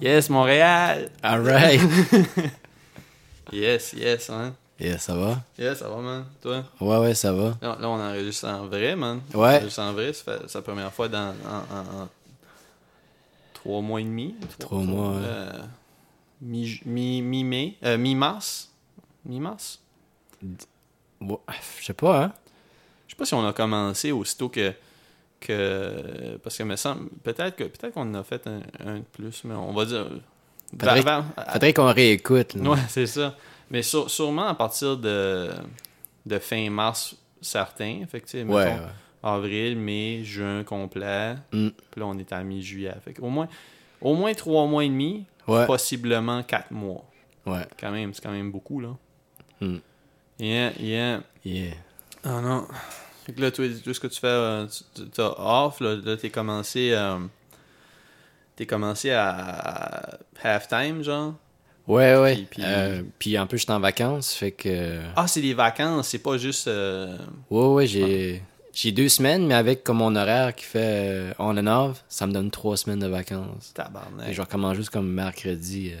Yes, Montréal! All right. Yes, yes, hein? Yeah, ça va? Yes, ça va, man. Toi? Ouais, ouais, ça va. Là, on- là, on enregistre en vrai, man. On Ouais. enregistre en vrai, ça fait sa première fois dans, en, en- en trois mois et demi. Trois mois, ouais. euh, mi- mi- Mi-mai. euh, Mi-mars. Mi-mars? Ouais, Je sais pas, hein? Je sais pas si on a commencé aussitôt que. que parce que me semble. Peut-être que peut-être qu'on en a fait un, un de plus, mais on va dire. Patrick- vers- vers- Faudrait qu'on réécoute. là. Ouais, c'est ça. Mais sur- sûrement à partir de, de fin mars, certain. Fait que, tu sais, Ouais, mettons, ouais. avril, mai, juin complet. Mm. Puis là, on est à mi-juillet. Fait au moins, au moins trois mois et demi, Ouais. possiblement quatre mois. Ouais. Quand même, c'est quand même beaucoup, là. Mm. Yeah, yeah. Yeah. Ah non. Fait que là, toi, tout ce que tu fais, euh, tu- tu- t'as off, là, là t'es commencé... euh, T'es commencé à halftime, genre? Ouais, ouais. Puis- Puis, puis- puis en plus, je suis en vacances, fait que. Ah, c'est des vacances, c'est pas juste... euh, Ouais, ouais, j'ai. J'ai deux semaines, mais avec comme mon horaire qui fait euh, on and off, ça me donne trois semaines de vacances. Tabarnak. Et je recommence juste comme mercredi. euh,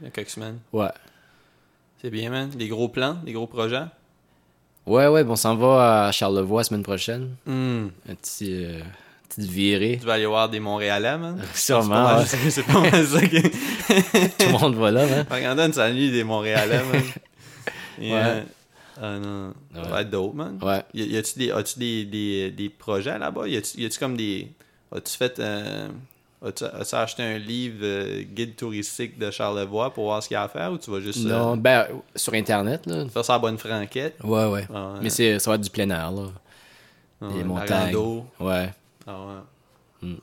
Il y a quelques semaines. Ouais. C'est bien, man. Des gros plans, des gros projets. Ouais, ouais, bon, on s'en va à Charlevoix la semaine prochaine. Hmm. Un petit. euh, petite virée. Tu vas aller voir des Montréalais, man. Euh, Sûrement. ouais. C'est pas mal- C'est pas mal ça que. Tout le monde va là, hein? Regardez, ça nuit des Montréalais, man. Et, Ouais. euh, Ah non. Ça va Ouais. être dope, man. Ouais. Y a- Y a-tu des, as-tu des, des, des projets là-bas? Y a-tu y a-tu comme des. As-tu fait. euh, As-tu as-tu acheté un livre euh, guide touristique de Charlevoix pour voir ce qu'il y a à faire ou tu vas juste euh, Non, ben, sur Internet, là. faire ça à bonne franquette? Ouais, ouais. Ah, ouais. Mais c'est, ça va être du plein air, là. Ah, Des ouais, la montagnes. rando. Ouais. Ah ouais. Hmm.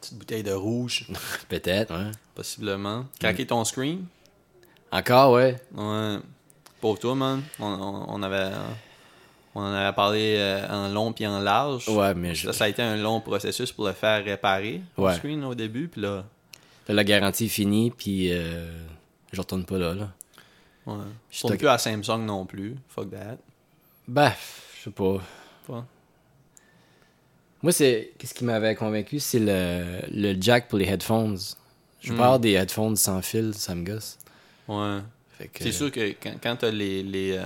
Petite bouteille de rouge, Peut-être, ouais. Hmm. possiblement. Craquer ton screen. Encore, ouais. Ouais. Pour toi, man. On, on- on avait. On en avait parlé euh, en long puis en large. Ouais, mais je- Ça, ça a été un long processus pour le faire réparer, Ouais. le screen, au début. Puis là, là, la garantie est finie, puis euh, je retourne pas là, là. ouais. Je je tourne te- plus à Samsung non plus. Fuck that. Bah, je sais pas. Ouais. Moi, c'est. Qu'est-ce qui m'avait convaincu, c'est le... le jack pour les headphones. Je Hmm. parle des headphones sans fil, ça me gosse. Ouais. Fait que... C'est sûr que quand, quand t'as les. les euh,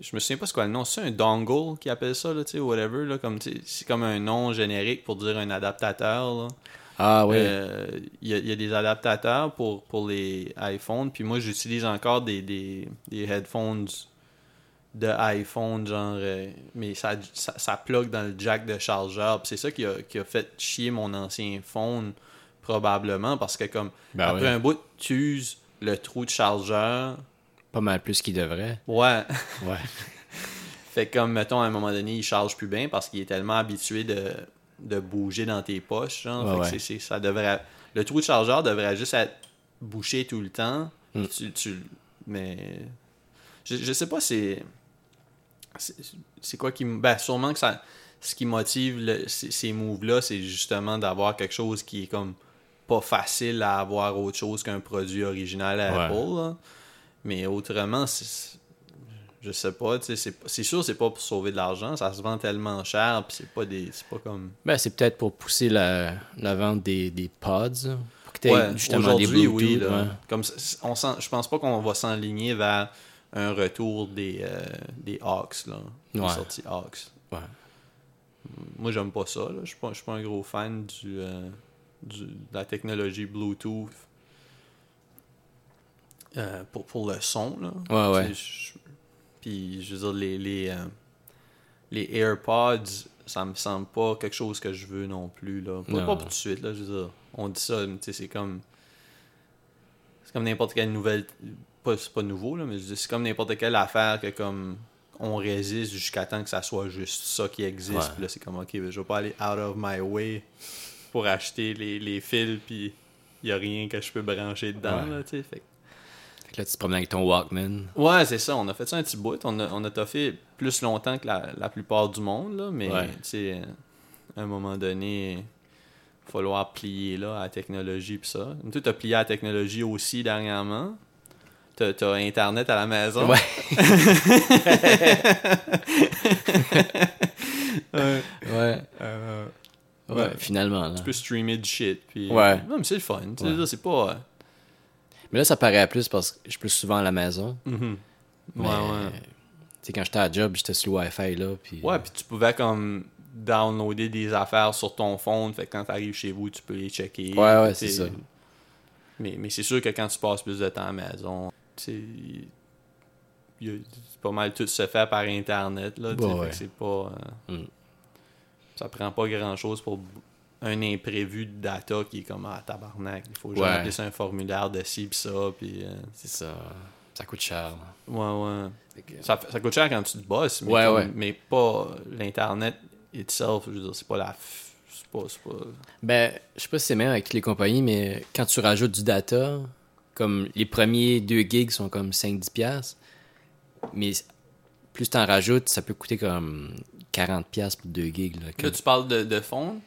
Je me souviens pas ce quoi le nom. C'est un dongle qui appelle ça, là, tu sais, whatever. Là, comme, tu sais, c'est comme un nom générique pour dire un adaptateur. là. Ah, ouais. Euh, Il y, a- il y a des adaptateurs pour, pour les iPhones. Puis moi, j'utilise encore des, des, des headphones de iPhone, genre. euh, mais ça, ça, ça plug dans le jack de chargeur. Puis c'est ça qui a, qui a fait chier mon ancien phone, probablement, parce que comme. Ben après ouais. un bout, tu uses le trou de chargeur. Pas mal plus qu'il devrait. Ouais. Ouais. Fait que comme, mettons, à un moment donné, il charge plus bien parce qu'il est tellement habitué de, de bouger dans tes poches. genre. Ouais, Fait que ouais. c'est- c'est- ça devrait, le trou de chargeur devrait juste être bouché tout le temps. Mm. Tu, tu- mais je, je sais pas, c'est. c'est- C'est quoi qui. m- Ben, sûrement que ça. Ce qui motive le- ces, ces moves-là, c'est justement d'avoir quelque chose qui est comme pas facile à avoir autre chose qu'un produit original à Ouais. Apple. là. Mais autrement, c'est- je sais pas, tu sais, c'est c'est sûr c'est pas pour sauver de l'argent, ça se vend tellement cher, puis c'est pas des c'est pas comme Ben, c'est peut-être pour pousser la, la vente des, des pods. là. Pour que t'aies Ouais, justement aujourd'hui des Bluetooth. oui là. ouais. Comme c- c- on s'en- je pense pas qu'on va s'enligner vers un retour des euh, des Hawks là, des Ouais. sorties Hawks. Ouais. Moi j'aime pas ça là, je suis pas je suis pas un gros fan du, euh, du- de la technologie Bluetooth. Euh, pour, pour le son là. Ouais, ouais. Tu sais, je- Puis, je veux dire, les, les, euh, les AirPods, ça me semble pas quelque chose que je veux non plus. Là. Pas, Non. pas pour tout de suite, là, je veux dire. On dit ça, mais tu sais, c'est comme. C'est comme n'importe quelle nouvelle. Pas, c'est pas nouveau, là, mais je veux dire, c'est comme n'importe quelle affaire que comme. On résiste jusqu'à temps que ça soit juste ça qui existe. Ouais. Puis là, c'est comme, ok, ben, je vais pas aller out of my way pour acheter les, les fils, puis il y a rien que je peux brancher dedans, Ouais. là, tu sais. Fait que- Fait que là, tu te promènes avec ton Walkman. Ouais, c'est ça. On a fait ça un petit bout. On a, on a toffé plus longtemps que la, la plupart du monde, là, mais Ouais. tu sais, à un moment donné, il falloir plier là, à la technologie pis ça. Toi, t'as plié à la technologie aussi dernièrement. T'as t'as Internet à la maison. Ouais. Euh, Euh, Ouais. Ouais, Ouais. finalement. là. Tu peux streamer du shit. Puis... Ouais. Non, mais c'est le fun. tu sais, Ouais. là, C'est pas. euh, Mais là, ça paraît à plus parce que je suis plus souvent à la maison. mhm. Mais, Ouais, ouais. Tu sais, quand j'étais à job, j'étais sur le Wi-Fi, là. Puis, euh, Ouais, puis tu pouvais comme downloader des affaires sur ton phone. Fait que quand t'arrives chez vous, tu peux les checker. Ouais, ouais, t'sais. c'est ça. Mais, mais c'est sûr que quand tu passes plus de temps à la maison, tu sais, il- il y a- c'est pas mal tout se fait par Internet. Là, t'sais, Ouais, fait que ouais. c'est pas. euh, Mm. Ça prend pas grand chose pour un imprévu de data qui est comme ah, tabarnak. Il faut juste Ouais. remplir un formulaire de ci pis ça. Puis, euh, C'est ça. Ça coûte cher. là. ouais, ouais. Fait que- Ça, ça coûte cher quand tu te bosses, mais, Ouais, comme- ouais. mais pas l'Internet itself. Je veux dire, c'est pas la. f- C'est pas, c'est pas- Ben, je sais pas si c'est même avec toutes les compagnies, mais quand tu rajoutes du data, comme les premiers 2 gigs sont comme 5-10$, piastres, mais plus t'en rajoutes, ça peut coûter comme 40$ piastres pour 2 gigs. Là, Là, tu parles de, de fond.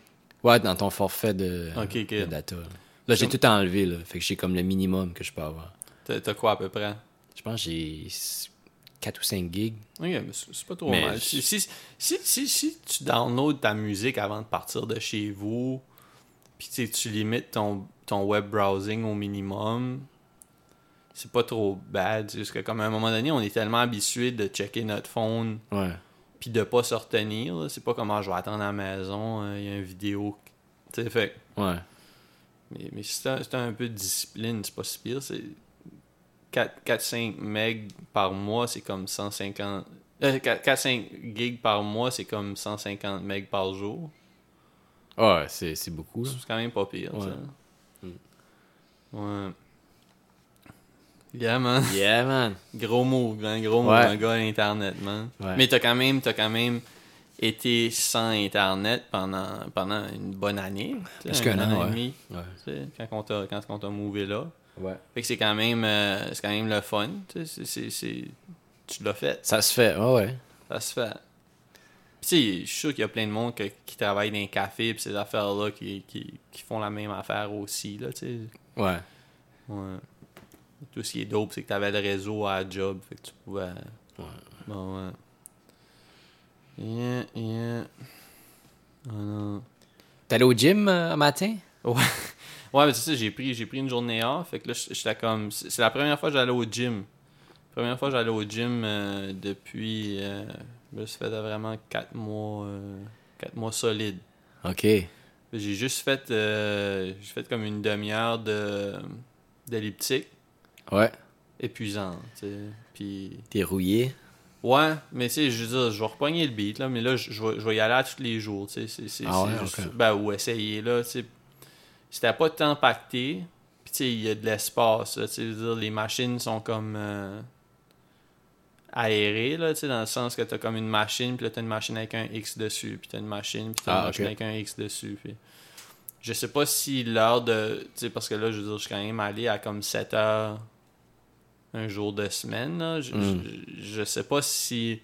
Ouais, dans ton forfait de, Ok, ok. de data. là. Là, j'ai Sur- tout enlevé, là. Fait que j'ai comme le minimum que je peux avoir. T'as t'as quoi à peu près Je pense que j'ai 4 ou 5 gigs. Ok, mais c'est c'est pas trop Mais mal. je- Si, si, si, si- si tu downloads ta musique avant de partir de chez vous, puis tu sais, tu limites ton, ton web browsing au minimum, c'est pas trop bad. c'est Juste que, comme à un moment donné, on est tellement habitué de checker notre phone Ouais. puis de pas se retenir. là. C'est pas comme Ah, je vais attendre à la maison, euh, il y a une vidéo. Tu sais, fait que- Ouais. mais, mais si t'as si t'as un peu de discipline, c'est pas si pire. C'est 4-5 megs par mois, c'est comme euh, 150. 4-5 gigs par mois, c'est comme 150 megs par jour. Ouais, Ah, c'est c'est beaucoup. là. C'est quand même pas pire. Ouais. Mm. ça. Ouais. Yeah, man. Yeah, man. Gros move, man. Gros move, Ouais. un gars à Internet, man. Ouais. Mais t'as quand même, t'as quand même été sans Internet pendant, pendant une bonne année. tu sais, Presque un an, ouais. demi, Ouais. tu sais, quand on t'a, quand on t'a mouvé là. Ouais. Fait que c'est quand même, euh, c'est quand même le fun. tu sais, c'est- c'est- c'est- tu l'as fait, Ça se fait. Ah, Ouais, ouais. ça se fait. Puis tu sais, je suis sûr qu'il y a plein de monde que- qui travaille dans les cafés pis ces affaires-là qui, qui, qui font la même affaire aussi, là, tu sais. Ouais. Ouais. Tout ce qui est dope, c'est que t'avais le réseau à la job, fait que tu pouvais... Ouais. Bon, ouais. Yeah, yeah. Ah non. T'es allé au gym euh, un matin? Ouais, mais c'est ça, j'ai pris, j'ai pris une journée off. Fait que là, j- j'étais comme. C'est c'est la première fois que j'allais au gym. Première fois que j'allais au gym euh, depuis. Euh, ben, ça faisait vraiment 4 mois. 4 mois solides. OK. J'ai juste fait. euh, j'ai fait comme une demi-heure de. d'elliptique Ouais. épuisante, tu sais. Puis. T'es rouillé. Ouais, mais tu sais, je veux dire, je vais repogner le beat, là, mais là, je, je vais- je vais y aller à tous les jours, tu sais. c'est- c'est- Ah c'est ouais, juste- ok. Ben, ou essayer, là, tu sais. Si t'as pas de temps pacté, pis tu sais, il y a de l'espace, là, tu sais, je veux dire, les machines sont comme euh, aérées, là, tu sais, dans le sens que t'as comme une machine, puis là, t'as une machine avec un X dessus, puis t'as une machine, puis t'as une Ah, machine ok. avec un X dessus, puis... Je sais pas si l'heure de... Tu sais, parce que là, je veux dire, je suis quand même allé à comme 7 heures un jour de semaine. là. Je, Mm. je, je sais pas si,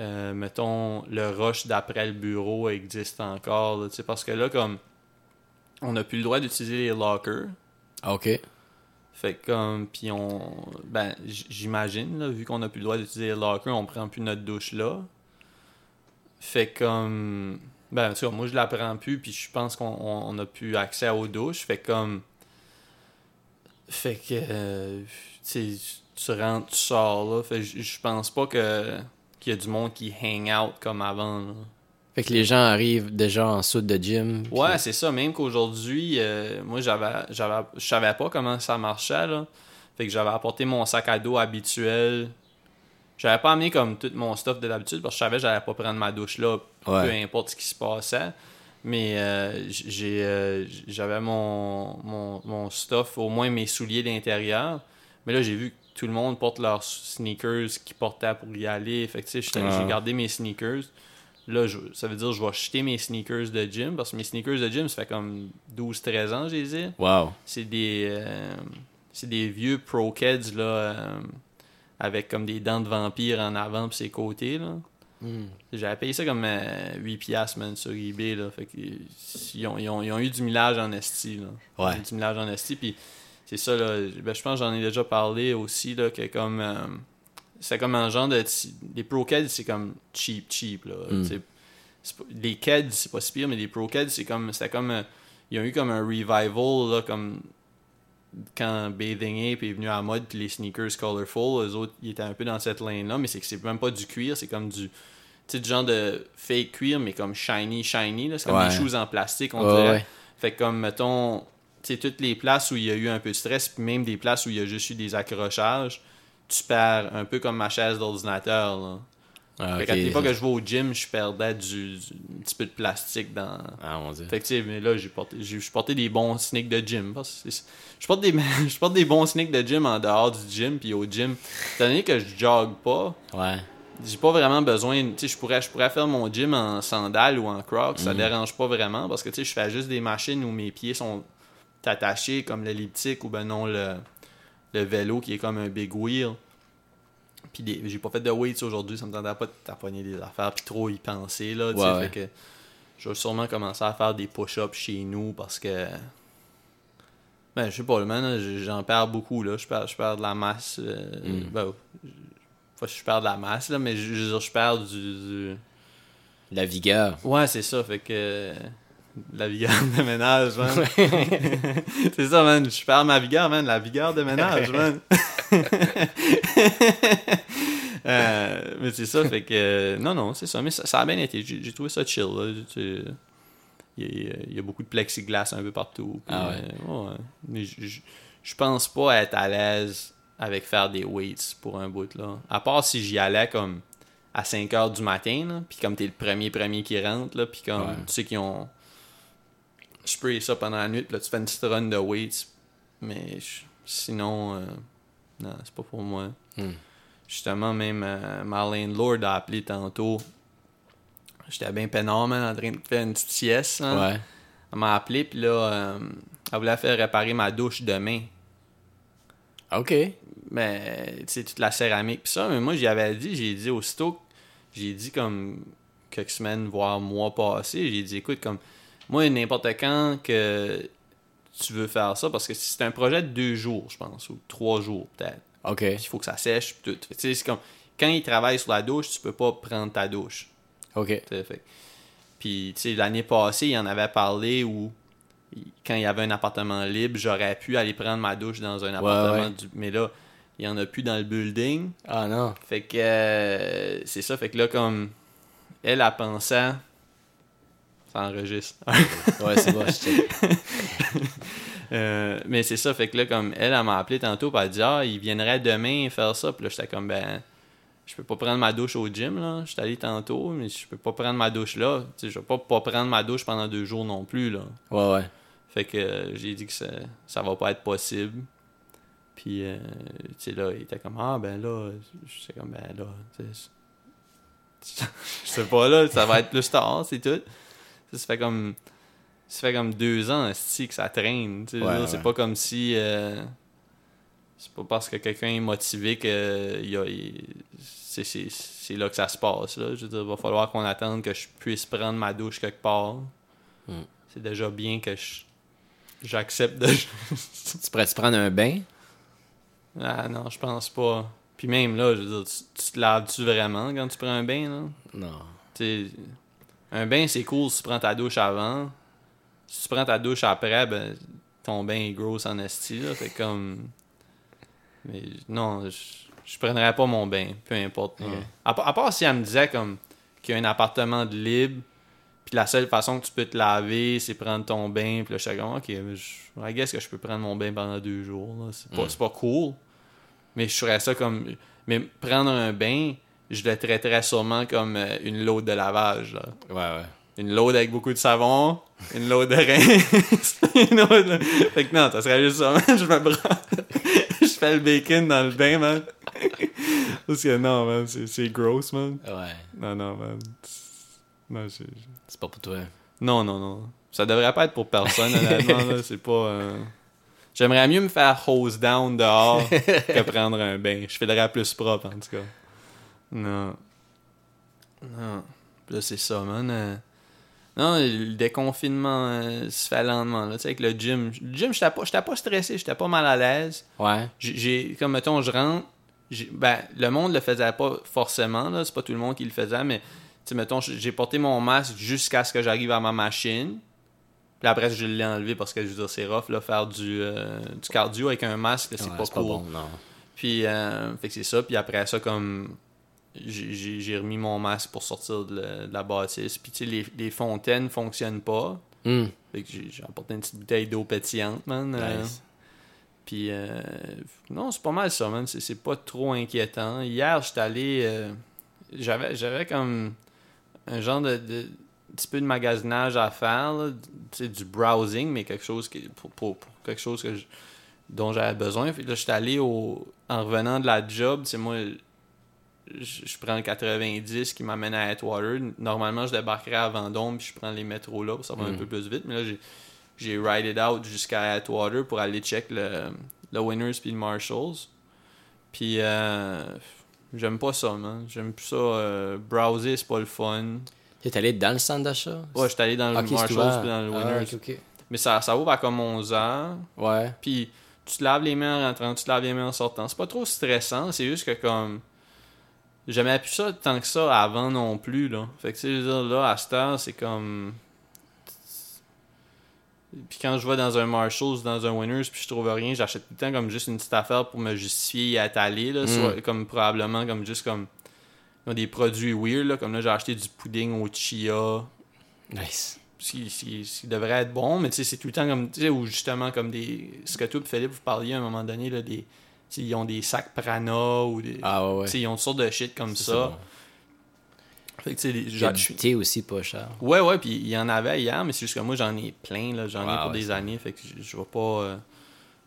euh, mettons, le rush d'après le bureau existe encore. là, tu sais, parce que là, comme, on n'a plus le droit d'utiliser les lockers. Ah, OK. Fait que comme, puis on. Ben, j- j'imagine, là, vu qu'on n'a plus le droit d'utiliser les lockers, on prend plus notre douche là. Fait que comme. Ben, en tout cas, moi, je la prends plus, puis je pense qu'on on- on n'a plus accès aux douches. Fait que comme. Fait que. euh, tu sais, tu rentres, tu sors, là. Fait que j- je pense pas que. Qu'il y a du monde qui hang out comme avant, là. Fait que les gens arrivent déjà en soude de gym. puis- Ouais, c'est ça. Même qu'aujourd'hui, euh, moi, j'avais, j'avais, je savais pas comment ça marchait, là. Fait que j'avais apporté mon sac à dos habituel. J'avais pas amené comme tout mon stuff de l'habitude parce que je savais que j'allais pas prendre ma douche là, peu Ouais. importe ce qui se passait. Mais euh, j- j'ai, euh, j'avais mon, mon, mon stuff, au moins mes souliers d'intérieur. Mais là, j'ai vu que tout le monde porte leurs sneakers qu'ils portaient pour y aller. Fait que, tu sais, j'étais- Ah. j'ai gardé mes sneakers. Là, je- ça veut dire que je vais acheter mes sneakers de gym parce que mes sneakers de gym, ça fait comme 12-13 ans, je les ai. Wow. C'est des, euh, c'est des vieux pro kids, là, euh, avec comme des dents de vampire en avant pis ses côtés, là. Hmm. J'avais payé ça comme euh, 8 piastres, man, sur eBay, là. Fait que, euh, ils, ont, ils ont- ils ont eu du millage en esti, là. Ouais. Du millage en esti, puis c'est ça, là. Ben, je pense que j'en ai déjà parlé aussi, là, que comme... euh, c'est comme un genre de... Les pro kids, c'est comme cheap, cheap, là. Mm. Tu sais, c'est pas- les kids, c'est pas si pire, mais les pro kids, c'est comme. C'était comme. euh, Il y a eu comme un revival, là, comme. Quand Bathing Ape est venu à la mode, puis les sneakers colorful, eux autres, ils étaient un peu dans cette lane-là, mais c'est que c'est même pas du cuir, c'est comme du. Tu sais, du genre de fake cuir, mais comme shiny, shiny, là. C'est comme Ouais. des shoes en plastique, on Ouais, dirait. ouais. Fait que comme, mettons, tu sais, toutes les places où il y a eu un peu de stress, puis même des places où il y a juste eu des accrochages, tu perds un peu comme ma chaise d'ordinateur, là. Ah, Fait ok. qu'à l'époque que je vais au gym, je perdais du, du- un petit peu de plastique dans. Ah, mon dieu. Fait que, tu sais, mais là, j'ai porté, j'ai- je portais des bons sneaks de gym. Parce que c'est- Je porte, des, je porte des bons sneaks de gym en dehors du gym, puis au gym. Étant donné que je jogue pas, Ouais. j'ai pas vraiment besoin. Tu sais, je pourrais, je pourrais faire mon gym en sandales ou en crocs, Mhm. ça dérange pas vraiment, parce que, tu sais, je fais juste des machines où mes pieds sont attachés, comme l'elliptique ou ben non, le, le vélo qui est comme un big wheel. Puis des- j'ai pas fait de weights aujourd'hui, ça me tentait pas de taponner des affaires puis trop y penser là, tu sais, Ouais, ouais. fait que je vais sûrement commencer à faire des push-ups chez nous parce que ben je sais pas, man, là, j- j'en perds beaucoup là, je perds je perds de la masse euh, Mm. ben, je- pas que je perds de la masse là, mais je, je veux dire, je perds du- du... La vigueur. Ouais, c'est ça, fait que euh, la vigueur de ménage, man. c'est ça, man, je perds ma vigueur, man, la vigueur de ménage, man. Euh, mais c'est ça, fait que euh, non, non, c'est ça, mais ça, ça a bien été, j'ai j'ai trouvé ça chill, là. tu sais. Il y, a- il y a beaucoup de plexiglas un peu partout. puis, Ah ouais. euh, ouais. Mais je- je- je pense pas être à l'aise avec faire des weights pour un bout, là. À part si j'y allais comme à 5 heures du matin, là, puis comme t'es le premier premier qui rentre, là, puis comme Ouais. tu sais qu'ils ont spray ça pendant la nuit, puis là tu fais une petite run de weights, mais je- sinon, euh, non, c'est pas pour moi. Hmm. Justement, même euh, Marlene Lord a appelé tantôt. J'étais bien peinard, man, en train de faire une petite sieste. hein. Ouais. Elle m'a appelé, puis là, euh, elle voulait faire réparer ma douche demain Ok. mais tu sais toute la céramique puis ça mais moi j'y avais dit j'ai dit aussitôt que- j'ai dit comme quelques semaines voire mois passés j'ai dit écoute comme moi n'importe quand que tu veux faire ça parce que c'est un projet de deux jours je pense ou trois jours peut-être Ok. Puis il faut que ça sèche puis tout Fait que, tu sais c'est comme quand ils travaillent sur la douche tu peux pas prendre ta douche Ok. tu sais, fait que- Puis, tu sais, l'année passée, il en avait parlé où, il- quand il y avait un appartement libre, j'aurais pu aller prendre ma douche dans un appartement. ouais. du- mais là, il y en a plus dans le building. Ah non. Fait que euh, c'est ça. Fait que là, comme elle a pensé, à- ça enregistre. Ouais, c'est bon, je check. Euh, mais c'est ça, fait que là, comme elle, elle m'a appelé tantôt, puis elle a dit Ah, il viendrait demain faire ça. Puis là, j'étais comme Ben, je peux pas prendre ma douche au gym, là. J'étais allé tantôt, mais je peux pas prendre ma douche là. Tu sais, je vais pas, pas prendre ma douche pendant deux jours non plus, là. Ouais, ouais. Fait que euh, j'ai dit que ça, ça va pas être possible. Puis, euh, tu sais, là, il était comme Ah, ben là, j'étais comme Ben là, tu sais, c'est- je sais pas, là, ça va être plus tard, c'est tout. Ça, ça fait comme. Ça fait comme deux ans, esti, que ça traîne. tu sais, je veux Ouais, dire, C'est ouais. pas comme si. euh, c'est pas parce que quelqu'un est motivé que il y a- il- c'est- c'est c'est là que ça se passe. Là. Je veux dire, il va falloir qu'on attende que je puisse prendre ma douche quelque part. Mm. C'est déjà bien que je- j'accepte de. Tu pourrais te prendre un bain? ah non, je pense pas. Puis même là, je veux dire, tu, tu te laves-tu vraiment quand tu prends un bain? Là? Non. T'sais, un bain, c'est cool si tu prends ta douche avant. Si tu prends ta douche après, ben, ton bain est gros en esti, là. Fait comme... Mais non, je je prendrais pas mon bain, peu importe. là. À, pa- à part si elle me disait, comme, qu'il y a un appartement de libre, puis la seule façon que tu peux te laver, c'est prendre ton bain, puis là, je suis comme, OK, mais je I guess que je peux prendre mon bain pendant deux jours, là. C'est pas, Mm. c'est pas cool, mais je ferais ça comme... Mais prendre un bain, je le traiterais sûrement comme euh, une load de lavage. là. Ouais, ouais. Une load avec beaucoup de savon, une load de rince, une load de- Fait que non, ça serait juste ça, man. Je me prends... je fais le bacon dans le bain, man. Parce que non, man, c'est, c'est gross, man. Ouais. Non, non, man. Non, c'est- C'est pas pour toi. non, non, non. Ça devrait pas être pour personne, honnêtement, là. C'est pas... euh, J'aimerais mieux me faire hose down dehors que prendre un bain. Je filerais plus propre, en tout cas. Non. Non. Là, c'est ça, man. Euh, Non, le déconfinement euh, se fait lentement. Là. Tu sais, avec le gym. Le gym, j'étais pas, j'étais pas stressé, j'étais pas mal à l'aise. Ouais. J'ai- j'ai comme mettons je rentre j'ai- ben le monde le faisait pas forcément là c'est pas tout le monde qui le faisait mais sais, mettons, j'ai porté mon masque jusqu'à ce que j'arrive à ma machine. Puis après, je l'ai enlevé parce que je veux dire, c'est rough, là, faire du, euh, du cardio avec un masque, là, c'est Ouais, pas cool. bon, non. Puis, euh, fait que c'est ça. Puis après ça, comme j'ai- j'ai j'ai remis mon masque pour sortir de, la- de la bâtisse. Puis, tu sais, les, les fontaines fonctionnent pas. Hum, Fait que j'ai j'ai apporté une petite bouteille d'eau pétillante, man. Euh, nice. puis, euh, non, c'est pas mal ça, man. C'est- C'est pas trop inquiétant. Hier, j'étais allé. euh, J'avais j'avais comme un genre de. de- petit peu de magasinage à faire, là. Tu sais, du browsing, mais quelque chose qui, pour, pour- pour quelque chose que je- dont j'avais besoin. Puis là, j'étais allé au, en revenant de la job, tu sais, moi, je je prends le 90 qui m'amène à Atwater. Normalement, je débarquerais à Vendôme, puis je prends les métros là, ça va un Mm. peu plus vite, mais là, j'ai j'ai ride it out jusqu'à Atwater pour aller check le, le Winners puis le Marshalls. Puis euh, j'aime pas ça, man. J'aime plus ça. euh, browser, c'est pas le fun. T'es allé dans le centre d'achat? Ouais, j'étais allé dans le Ok, c'est Marshalls ouvert. puis dans le Ah, Winners. ok, ok. Mais ça, ça ouvre à comme 11 heures. Ouais. Puis tu te laves les mains en rentrant, tu te laves les mains en sortant. C'est pas trop stressant, c'est juste que comme. J'aimais plus ça tant que ça avant non plus, là. Fait que tu sais, je veux dire, là, à cette heure, c'est comme. Puis quand je vais dans un Marshalls, dans un Winners, puis je trouve rien, j'achète tout le temps comme juste une petite affaire pour me justifier y être allé, là. Mm. Soit comme probablement comme juste comme. ils ont des produits weird, là. Comme là, j'ai acheté du pudding au chia Nice. ce qui, ce qui- ce qui devrait être bon, mais tu sais, c'est tout le temps comme, tu sais, ou justement comme des... Ce que toi et Philippe, vous parliez à un moment donné, là, des... tu sais, Ils ont des sacs prana ou des... Ah ouais, ouais. tu sais, Ils ont toutes sortes de shit comme c'est ça. bon. Fait que, tu sais, les- J'ai j'en- du thé aussi pas cher. Ouais, ouais, puis il y en avait hier, mais c'est juste que moi, j'en ai plein, là. J'en ai Ah, pour ouais, des c'est années, fait que je- je vais pas... euh,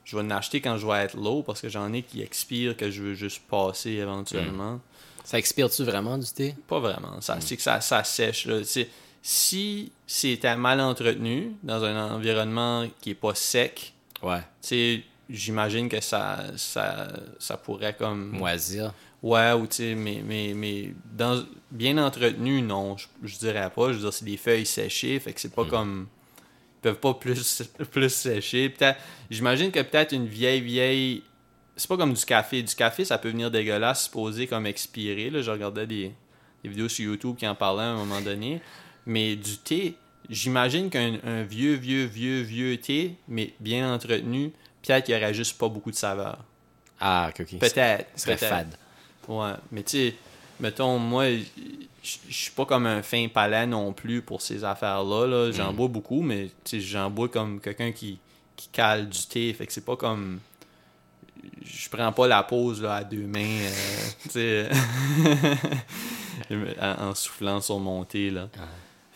Je vais en acheter quand je vais être low, parce que j'en ai qui expirent, que je veux juste passer éventuellement. Ça expire-tu vraiment du thé? Pas vraiment. Ça, C'est que ça, ça sèche. Là. C'est- Si c'était mal entretenu dans un environnement qui est pas sec, Ouais. tu sais, j'imagine que ça, ça, ça pourrait comme. Mm. Moisir. Ouais, ou tu sais, mais, mais, mais dans, bien entretenu, non, je, je dirais pas. Je veux dire, c'est des feuilles séchées, fait que c'est pas comme. Ils peuvent pas plus, plus sécher. Peut-être- J'imagine que peut-être une vieille, vieille. C'est pas comme du café. Du café, ça peut venir dégueulasse, supposé comme expiré. Là. Je regardais des, des vidéos sur YouTube qui en parlaient à un moment donné. Mais du thé, j'imagine qu'un un vieux, vieux, vieux, vieux thé, mais bien entretenu, peut-être qu'il y aurait juste pas beaucoup de saveur. Ah, ok, ok. Peut-être. Ce serait peut-être. fade. Ouais, mais tu sais, mettons, moi, je je suis pas comme un fin palais non plus pour ces affaires-là. Là. J'en bois beaucoup, mais tu sais, j'en bois comme quelqu'un qui, qui cale du thé. Fait que c'est pas comme. Je prends pas la pause là, à deux mains, euh, tu sais, en, en soufflant sur mon thé, là.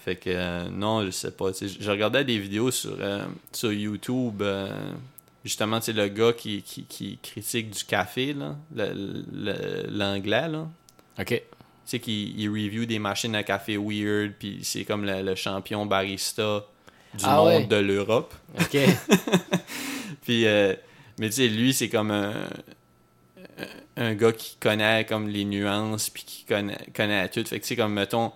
Fait que euh, non, je sais pas. tu sais, Je je regardais des vidéos sur, euh, sur YouTube. euh, justement, tu sais, le gars qui, qui, qui critique du café, là, le- le- l'anglais, là. Ok. Tu sais, qui il review des machines à café weird, puis c'est comme le, le champion barista du Ah monde ouais. de l'Europe. Ok. Puis, euh, mais tu sais, lui, c'est comme un, un gars qui connaît comme les nuances, puis qui connaît, connaît tout. Fait que tu sais, comme, mettons,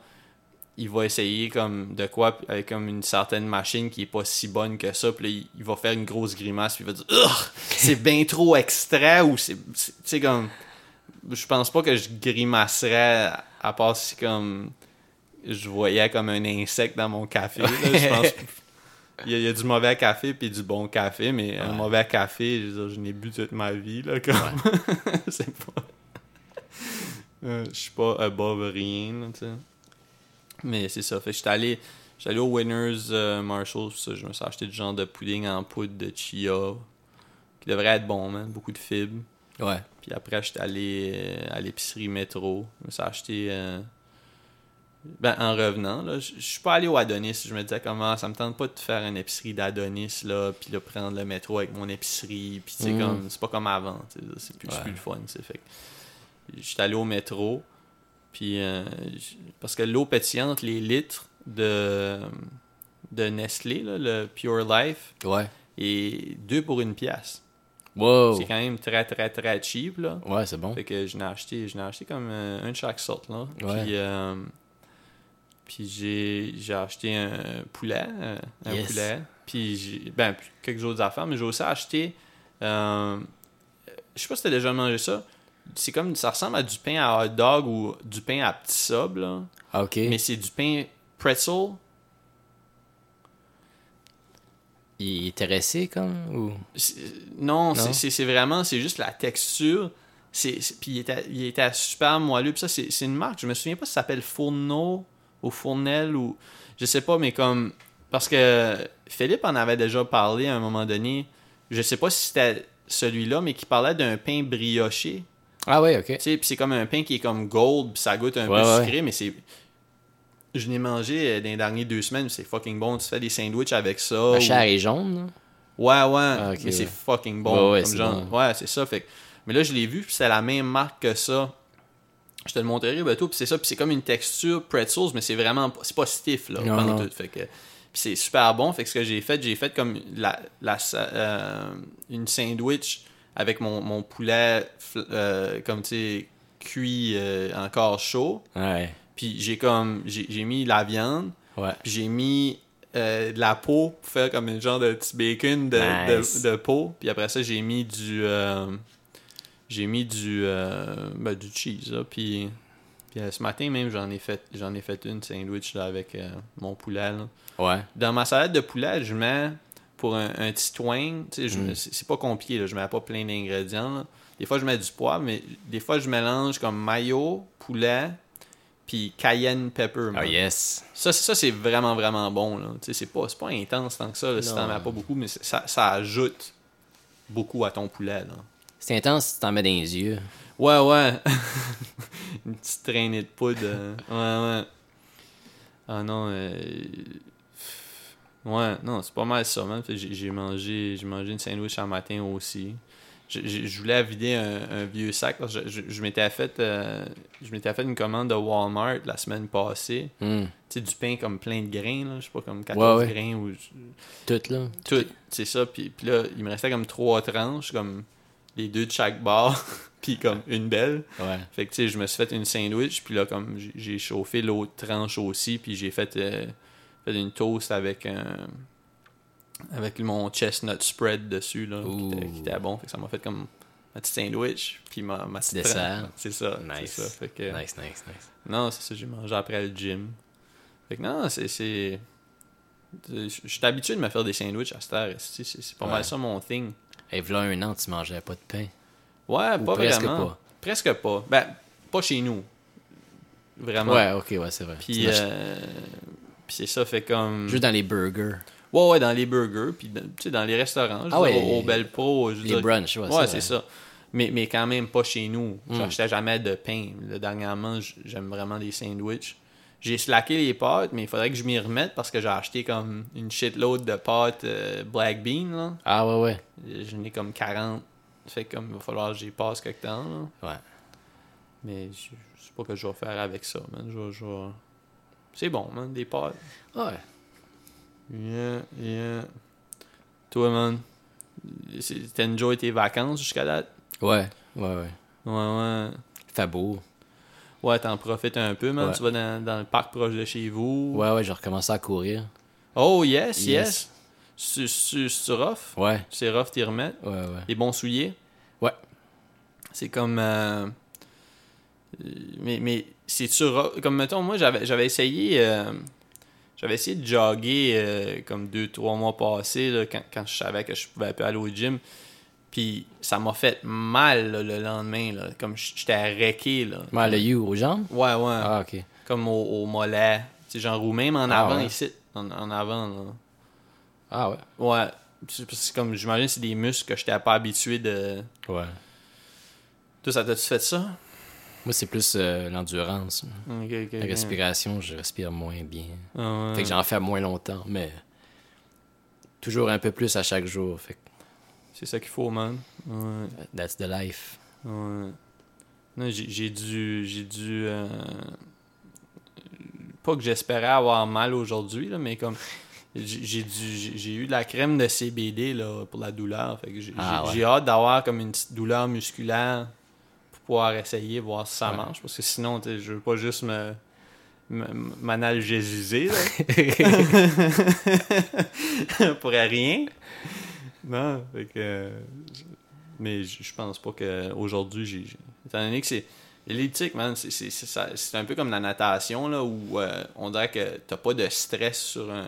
il va essayer comme de quoi puis avec comme une certaine machine qui est pas si bonne que ça, puis là, il, il va faire une grosse grimace, puis il va dire Ugh, c'est bien trop extrait, ou c'est. c'est- Tu sais, comme. Je pense pas que je grimacerais à- à part si comme. Je voyais comme un insecte dans mon café. là. Je pense il y, a, il y a du mauvais café puis du bon café, mais un Ouais. mauvais café, je, veux dire, je n'ai bu toute ma vie. Là, comme... c'est pas. Euh, je suis pas above rien, là, tu sais. Mais c'est ça. Fait que j'étais allé, j'étais allé au Winners euh, Marshalls, pis ça, je me suis acheté du genre de pudding en poudre de chia, qui devrait être bon, man. Beaucoup de fibres. Ouais. Puis après, j'étais allé euh, à l'épicerie métro. Je me suis acheté. euh, Ben, en revenant, là, je je suis pas allé au Adonis. Je me disais comment ça me tente pas de faire une épicerie d'Adonis, là, puis de prendre le métro avec mon épicerie. Puis c'est Mm. comme, c'est pas comme avant. tu sais, C'est plus, c'est Ouais. plus le fun. c'est Fait que j'étais allé au métro. Puis euh, j- parce que l'eau pétillante, les litres de, de Nestlé, là, le Pure Life, Ouais. est deux pour une pièce. Wow. C'est quand même très, très, très cheap, là. Ouais, c'est bon. Fait que je n'ai acheté, je n'ai acheté comme euh, un de chaque sorte, là. Ouais. Puis, euh, puis j'ai, j'ai acheté un poulet, euh, un Yes. poulet. Puis j'ai, ben, puis quelques autres affaires, mais j'ai aussi acheté, euh, je sais pas si t'as déjà mangé ça, c'est comme ça ressemble à du pain à hot dog ou du pain à petit sub là, Ah, ok. mais c'est du pain pretzel. Il est terrassé, comme ou... C'est- Non, Non? c'est- c'est c'est vraiment, c'est juste la texture. C'est c'est- puis il était, il était super moelleux. Puis ça, c'est c'est une marque. Je me souviens pas si ça s'appelle Fourneau ou Fournel ou je sais pas, mais comme parce que Philippe en avait déjà parlé à un moment donné. Je sais pas si c'était celui-là, mais qui parlait d'un pain brioché. Ah, ouais, ok. Tu sais, puis c'est comme un pain qui est comme gold, puis ça goûte un Ouais, peu ouais. sucré, mais c'est. Je l'ai mangé euh, dans les dernières deux semaines, c'est fucking bon. Tu fais des sandwichs avec ça. La ou- chair est jaune, là. Ouais, ouais. Ah, ok, mais c'est ouais. fucking bon. Ouais, ouais, comme c'est genre. Ouais, c'est ça. Fait que- Mais là, je l'ai vu, puis c'est la même marque que ça. Je te le montrerai bientôt, puis c'est ça. Puis c'est comme une texture pretzels, mais c'est vraiment. pas- C'est pas stiff, là, Non, pendant non. tout. Fait que. Puis c'est super bon. Fait que ce que j'ai fait, j'ai fait comme la, la sa- euh, une sandwich avec mon, mon poulet, fl- euh, comme tu sais, cuit euh, encore chaud. Ouais. Puis j'ai comme. J'ai j'ai mis la viande. Ouais. Puis j'ai mis euh, de la peau pour faire comme une genre de petit bacon de, de- Nice. de peau. Puis après ça, j'ai mis du. euh, j'ai mis du. euh, ben, du cheese, là. Puis, puis, euh, ce matin même, j'en ai fait, j'en ai fait une sandwich là, avec euh, mon poulet. là. Ouais. Dans ma salade de poulet, je mets pour un, un petit twang. tu sais, je- Mm. C'est c'est pas compliqué, là, je mets pas plein d'ingrédients. là. Des fois, je mets du poivre, mais des fois, je mélange comme mayo, poulet, puis cayenne pepper. Ah, man. yes. Ça, c'est- ça c'est vraiment, vraiment bon. là. Tu sais, C'est pas, c'est pas intense tant que ça, là, si Non. t'en mets pas beaucoup, mais c'est- ça, ça ajoute beaucoup à ton poulet. Là. C'est intense si t'en mets dans les yeux. Ouais, ouais. Une petite traînée de poudre. euh. Ouais, ouais. Ah non. euh, Ouais, non, c'est pas mal ça, man. Fait que J'ai j'ai mangé, j'ai mangé une sandwich un matin aussi. Je, je- je voulais vider un, un vieux sac. parce que Je, je- je m'étais fait, euh, je m'étais fait une commande de Walmart la semaine passée. Hmm. tu sais, du pain comme plein de grains, là, je sais pas, comme 14 Ouais, ouais. grains ou Tout, là. tout, c'est ça. Puis, puis là, il me restait comme trois tranches, comme les deux de chaque barre, puis comme une belle. Ouais. Fait que tu sais, je me suis fait une sandwich, puis là, comme j'ai- j'ai chauffé l'autre tranche aussi, puis j'ai fait, euh, fait une toast avec un. Avec mon chestnut spread dessus, là, qui était, Ouh. qui était bon. Fait que ça m'a fait comme ma petite sandwich, puis ma, ma petite dessert. tranche. C'est ça. Nice. C'est ça. Fait que, Nice, nice, nice. non, c'est ça, j'ai mangé après le gym. Fait que non, c'est. c'est... Je je suis habitué de me faire des sandwichs à cette heure. C'est, c'est- c'est pas Ouais. mal ça mon thing. Et voilà un an, tu mangeais pas de pain. Ouais, Ou pas presque vraiment. pas. Presque pas. Ben, pas chez nous. Vraiment. Ouais, ok, ouais, c'est vrai. Tu Puis, manges euh, puis c'est ça, fait comme. Juste dans les burgers, Ouais, ouais, dans les burgers, puis dans, tu sais, dans les restaurants. Ah je veux dire, ouais. au, au Bel Pro. je veux les dire, brunchs, ouais. Ouais, c'est ça. Mais, mais quand même pas chez nous. J'achetais jamais de pain. Là, dernièrement, j- j'aime vraiment les sandwichs. J'ai slacké les pâtes, mais il faudrait que je m'y remette parce que j'ai acheté comme une shitload de pâtes euh, black bean. là. Ah, ouais, ouais. J'en ai comme 40. Fait comme il va falloir que j'y passe quelque temps. là. Ouais. Mais je je sais pas ce que je vais faire avec ça. man. Je vais- je vais- C'est bon, man, des pâtes. Ouais. Yeah, yeah. Toi, man, c'est- t'as enjoy tes vacances jusqu'à date? Ouais, ouais, ouais. Ouais, ouais. Fait beau. Ouais, t'en profites un peu, man. Ouais. Tu vas dans, dans le parc proche de chez vous. Ouais, ouais, j'ai recommencé à courir. Oh, yes, yes. Yes. Su- su- C'est rough. Ouais, C'est rough t'y remettre. ouais, ouais. Les bons souliers. Ouais. C'est comme. euh, euh, Mais, mais c'est sur. Comme mettons, moi, j'avais j'avais essayé. euh, J'avais essayé de jogger euh, comme deux, trois mois passés, là, quand, quand je savais que je pouvais plus aller au gym. Puis ça m'a fait mal là, le lendemain, là, comme j- j'étais arrêté. Là. Ouais, le you aux jambes? Ouais, ouais. Ah, ok. comme au, au mollet. C'est genre ou même en Ah avant ouais. ici. En, en avant, là. Ah, ouais. Ouais. C'est parce que comme j'imagine c'est des muscles que j'étais pas habitué de. Ouais. Toi, ça t'as-tu fait ça? Moi, c'est plus euh, l'endurance. Ok, ok, ok. La respiration, je respire moins bien. Ah ouais. Fait que j'en fais moins longtemps, mais toujours un peu plus à chaque jour. Fait que euh, C'est ça qu'il faut, man. Ouais. that's the life. Ouais. Non, j'ai j'ai dû. J'ai dû. euh, Pas que j'espérais avoir mal aujourd'hui, là, mais comme. J'ai j'ai dû- j'ai- j'ai eu de la crème de CBD là, pour la douleur. Fait que j'ai Ah j'ai- ouais. j'ai hâte d'avoir comme une petite douleur musculaire pour pouvoir essayer, voir si ça Ouais. marche. Parce que sinon, tu sais, je veux pas juste me me- m'analgésiser là. pour rien. Non, fait que, euh, Mais je je pense pas qu'aujourd'hui, j'ai. j'ai- Étant donné que c'est. L'éthique, man, c'est- c'est- c'est ça- c'est un peu comme la natation, là, où euh, on dirait que t'as pas de stress sur un.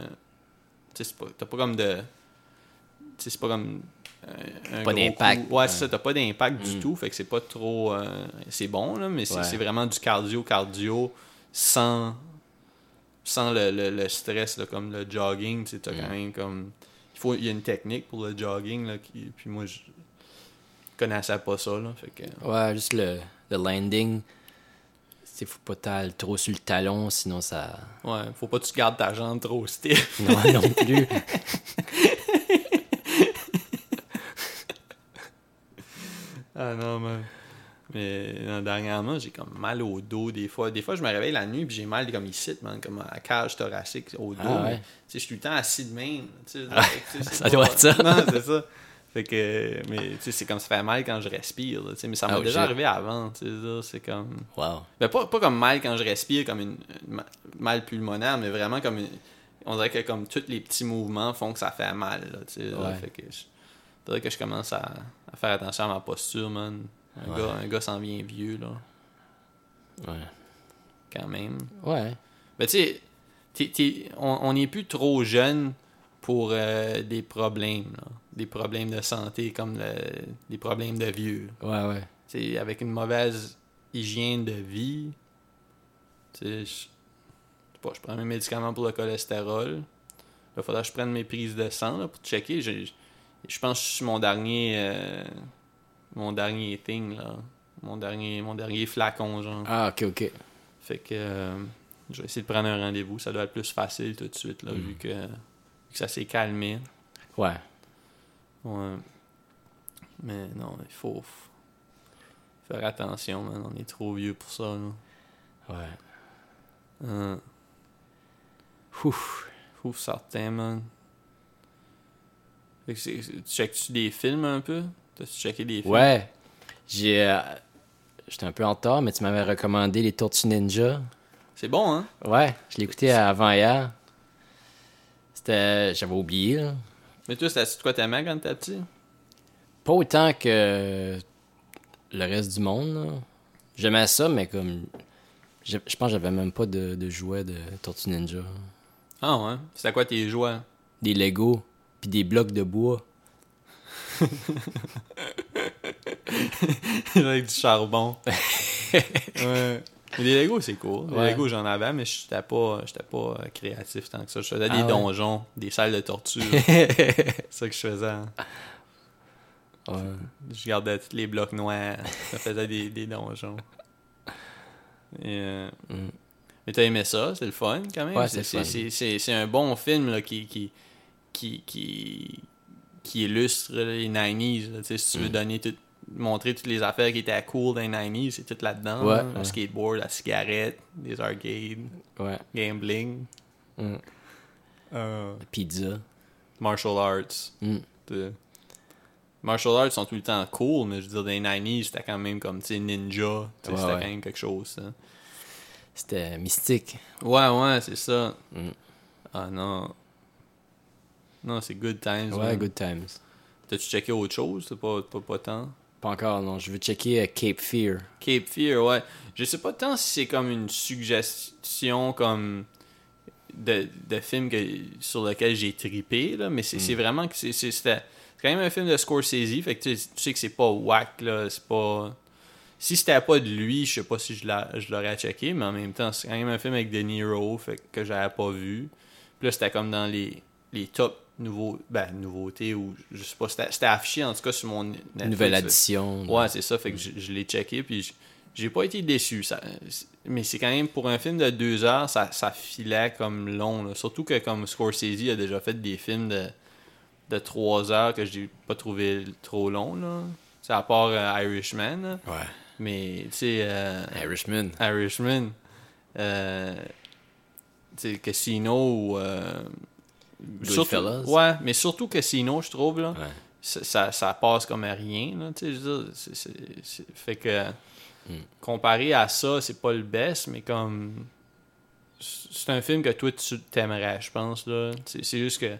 Tu sais, c'est pas- t'as pas comme de. Tu sais, c'est pas comme. euh, un- un Pas gros d'impact. coup. Ouais, c'est ça, t'as pas d'impact du tout, fait que c'est pas trop. euh, c'est bon, là, mais c'est Ouais. c'est vraiment du cardio-cardio sans. Sans le, le- le stress, là, comme le jogging, tu sais, t'as quand même comme. Il, faut, il y a une technique pour le jogging, là, qui- puis moi, je connaissais pas ça, là, fait que. Ouais, juste le, le landing. C'est faut pas t'aller trop sur le talon, sinon ça. Ouais, faut pas que tu gardes ta jambe trop stiff. Non, non plus. Ah non, mais. Mais non, dernièrement, j'ai comme mal au dos des fois. Des fois, je me réveille la nuit puis j'ai mal comme ici, man, comme à la cage thoracique au dos. Ah ouais. Ah, mais, tu sais, Je suis tout le temps assis de même. tu sais, tu sais, c'est ça pas- doit être ça. Non, c'est ça. Fait que, mais tu sais, c'est comme ça fait mal quand je respire. là, tu sais, mais ça m'est Ah, déjà j'ai- arrivé avant. tu sais, là, C'est comme. Wow. Mais Ben, pas, pas comme mal quand je respire, comme une, une ma- mal pulmonaire, mais vraiment comme une- on dirait que comme tous les petits mouvements font que ça fait mal. Là, tu sais, là. Ouais. fait que je, faudrait que je commence à, à faire attention à ma posture, man. Un Ouais. gars, un gars s'en vient vieux, là, Ouais. quand même. Ouais. Mais tu sais, t'es- t'es- on on n'est plus trop jeune pour euh, des problèmes, là. des problèmes de santé comme le- des problèmes de vieux. là. Ouais, ouais. Tu sais, avec une mauvaise hygiène de vie, tu sais, je, je sais pas, je prends mes médicaments pour le cholestérol. Il faudra que je prenne mes prises de sang là, pour checker. Je, je- je pense que je suis mon dernier, euh, mon dernier thing, là. Mon dernier, mon dernier flacon, genre. Ah, ok, ok. Fait que euh, je vais essayer de prendre un rendez-vous. Ça doit être plus facile tout de suite, là, Mm. vu, que, vu que ça s'est calmé. Ouais. Ouais. Mais non, il faut f- faire attention, man. On est trop vieux pour ça, là. Ouais. Hein. Ouf. Ouf, certain, man. Fait que c'est- c'est- tu checkes-tu des films un peu? T'as-tu checké des films? Ouais. J'ai. euh, J'étais un peu en retard, mais tu m'avais recommandé les Tortues Ninja. C'est bon, hein? Ouais, je l'ai écouté avant hier. C'était. J'avais oublié, là. Mais toi, c'était quoi t'aimais quand t'étais petit? Pas autant que le reste du monde. là. J'aimais ça, mais comme. Je, je pense que j'avais même pas de, de jouets de Tortue Ninja. Ah ouais? C'était quoi tes joies? Des Legos, puis des blocs de bois. Avec du charbon. ouais. Mais les Legos, c'est cool. Les Ouais. Legos, j'en avais, mais j'étais pas, j'étais pas euh, créatif tant que ça. Je faisais Ah des ouais. donjons, des salles de torture. Ouais. c'est ça que je faisais. hein. Je gardais tous les blocs noirs. Ça faisait des, des donjons. Et, euh, Mm. Mais t'as aimé ça, c'est le fun quand même. Ouais, c'est, c'est le c'est- c'est- c'est- c'est un bon film là, qui, qui, qui, qui, qui illustre les 90s. là. Tu sais, Si tu Mm. veux donner tout- montrer toutes les affaires qui étaient cool dans les 90s, c'est tout là-dedans. Ouais, là. Le ouais. skateboard, la cigarette, les arcades, Ouais. gambling, Mm. Pizza. martial arts. Mm. de- Martial arts sont tout le temps cool, mais je veux dire, dans les 90s, c'était quand même comme, tu sais, ninja. tu sais, Ouais, c'était ouais. quand même quelque chose, ça. C'était mystique. Ouais, ouais, c'est ça. Mm. Ah non. Non, c'est Good Times. Ouais, man. good times. T'as-tu checké autre chose? C'est pas, pas, pas tant. Pas encore, non. Je veux checker euh, Cape Fear. Cape Fear, ouais. Je sais pas tant si c'est comme une suggestion comme de, de film que, sur lequel j'ai tripé, là, mais c'est c'est Hmm. vraiment que c'est c'est- c'était- c'est quand même un film de Scorsese, fait que tu, sais- tu sais que c'est pas whack, là, c'est pas... Si c'était pas de lui, je sais pas si je l'a- je l'aurais checké, mais en même temps, c'est quand même un film avec De Niro, fait que j'avais pas vu. Puis là, c'était comme dans les, les top nouveaux, ben, nouveautés, ou je sais pas, c'était c'était affiché en tout cas sur mon Netflix, Nouvelle là. addition. Ouais, c'est ça. Fait que je, je l'ai checké, puis je- j'ai pas été déçu. Ça, mais c'est quand même, pour un film de deux heures, ça, ça filait comme long. là. Surtout que comme Scorsese a déjà fait des films de, de trois heures que j'ai pas trouvé trop long. Là. Tu sais, à part euh, Irishman. là. Ouais. Mais, tu sais... euh, Irishman. Irishman. Euh, tu sais, Casino ou... euh, surtout, Goodfellas. ouais, mais surtout Casino, je trouve, là Ouais. ça, ça- ça passe comme à rien. Là, tu sais, je veux dire, c'est- c'est- c'est- fait que Hmm. comparé à ça, c'est pas le best, mais comme c'est un film que toi tu t'aimerais, je pense. là. C'est c'est juste que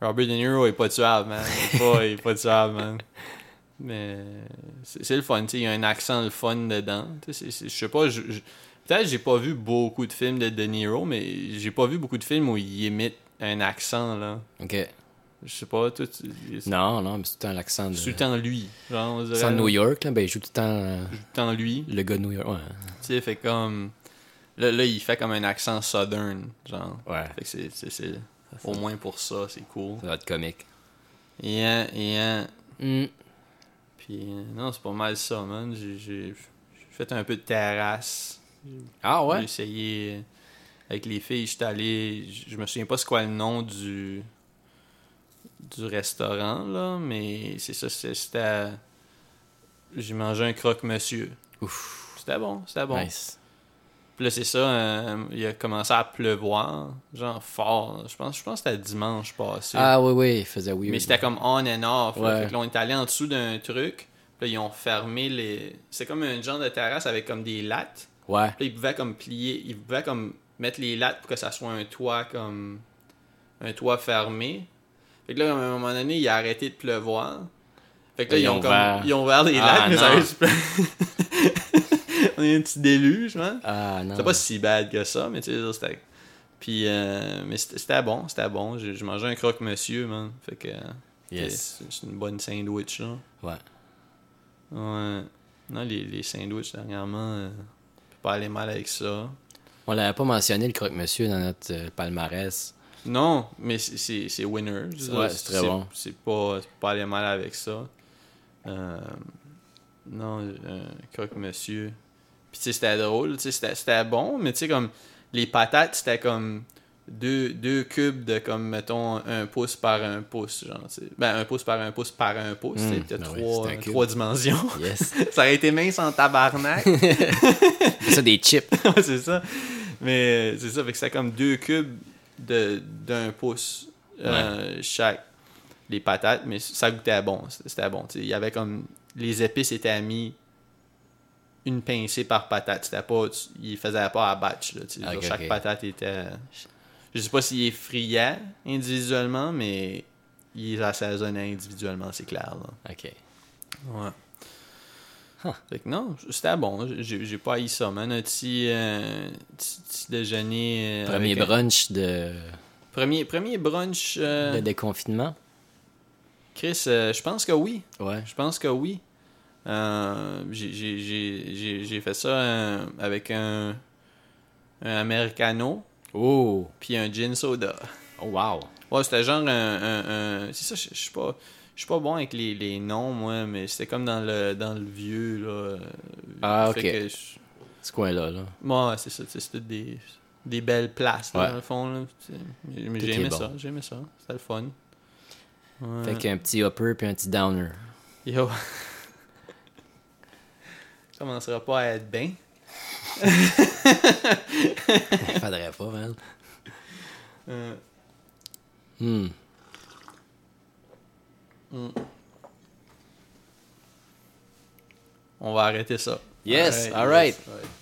Robert De Niro est pas tuable, man. Il est pas, il est pas tuable, man. Mais c'est c'est le fun, tu sais, il y a un accent le fun dedans. Tu sais, c'est- c'est- Je sais pas, je- je- peut-être j'ai pas vu beaucoup de films de De Niro, mais j'ai pas vu beaucoup de films où il imite un accent, là. Ok. Je sais pas, tout. C'est Non, euh, non, mais c'est tout le temps l'accent de. tout le temps lui. Genre, on dirait, L'accent de New York, là, ben, il joue tout le temps euh, Tout le temps lui. le gars de New York. Ouais. Tu sais, fait comme. Là, là, il fait comme un accent southern, genre. Ouais. Fait que c'est- c'est. c'est- Au moins pour ça, c'est cool. Ça doit être comique. Et hein, et hein. Hmm. Puis, euh, non, c'est pas mal ça, man. J'ai- J'ai j'ai fait un peu de terrasse. Ah J'ai ouais? essayé euh, avec les filles. J'étais allé. j- Je me souviens pas c'est quoi le nom du du restaurant là, mais c'est ça. c'est- C'était. à- J'ai mangé un croque-monsieur. Ouf. C'était bon, c'était Ah bon. Nice. Puis là c'est ça. euh, il a commencé à pleuvoir, genre fort. Je pense, je pense que c'était dimanche passé. Ah oui, oui, il faisait weird. Mais c'était comme on and off. là. Ouais. Fait que là, on est allé en dessous d'un truc. Puis là, ils ont fermé les. C'est comme un genre de terrasse avec comme des lattes. Ouais. Puis là, ils pouvaient comme plier. Ils pouvaient comme mettre les lattes pour que ça soit un toit comme. Un toit fermé. Fait que là, à un moment donné, il a arrêté de pleuvoir. Fait que là, Et ils, ils ont ont comme- ouvert. ils ont ouvert les lattes, Ah, mais ça non. a eu du pla- On a eu un petit déluge, man. Ah non. C'était pas si bad que ça, mais tu sais, c'était. Puis, euh, mais c'était c'était bon, c'était bon. J'ai j'ai mangé un croque-monsieur, man. Fait que. euh, Yes. c'est- C'est une bonne sandwich, là. Ouais. Ouais. Non, les, les sandwichs, dernièrement, euh, peut pas aller mal avec ça. On l'avait pas mentionné le croque-monsieur dans notre euh, palmarès. Non, mais c'est- c'est c'est winner. je veux Ouais, dire, c'est très bon. C'est pas, c'est pas aller mal avec ça. Euh, non, euh, croque-monsieur. Puis tu sais, c'était drôle, tu sais, c'était- c'était bon, mais tu sais, comme les patates, c'était comme deux, deux cubes de comme, mettons, un pouce par un pouce, genre, tu sais. Ben, un pouce par un pouce par un pouce, tu sais, Hmm, puis t'as ben oui, trois, c'est un cube. trois dimensions. Yes. ça aurait été mince en tabarnak. C'est ça, des chips. Ouais, c'est ça. Mais euh, c'est ça, fait que c'était comme deux cubes de- d'un pouce euh, chaque. Les patates, mais ça goûtait bon. c'était- C'était bon. tu sais. Il y avait comme. Les épices étaient mis une pincée par patate. C'était pas. tu- Ils faisaient pas à batch. là, tu sais. Ok, Genre, chaque ok. patate était. Je sais pas s'il est friait individuellement, mais il assaisonnait individuellement, c'est clair. là. Ok. Ouais. Fait que non, c'était bon. J'ai j'ai pas haï ça, man. Un petit, euh, petit- petit déjeuner. euh, Premier avec un- brunch de, Premier, premier brunch. euh, de déconfinement. Chris, euh, je pense que oui. Ouais. Je pense que oui. Euh, j'ai- J'ai j'ai- j'ai- j'ai fait ça euh, avec un, un Americano Oh. puis un gin soda. Oh wow. Ouais, c'était genre un. un- un- C'est ça, je je suis pas. Je suis pas bon avec les, les noms, moi, mais c'était comme dans le dans le vieux, là. euh, Ah, fait ok. que je- Ce coin-là, là. Moi, ouais, c'est ça. tu sais, C'est toutes des, des belles places, là, Ouais. dans le fond. Là, tu sais. Mais- mais Tout j'ai est aimé bon. ça. J'ai aimé ça. C'était le fun. Ouais. Fait qu'un petit upper puis un petit downer. Yo. Ça commencera pas à être bien. Faudrait pas, man. Euh, Hmm. on va arrêter ça. Yes, Alright, alright. yes, alright.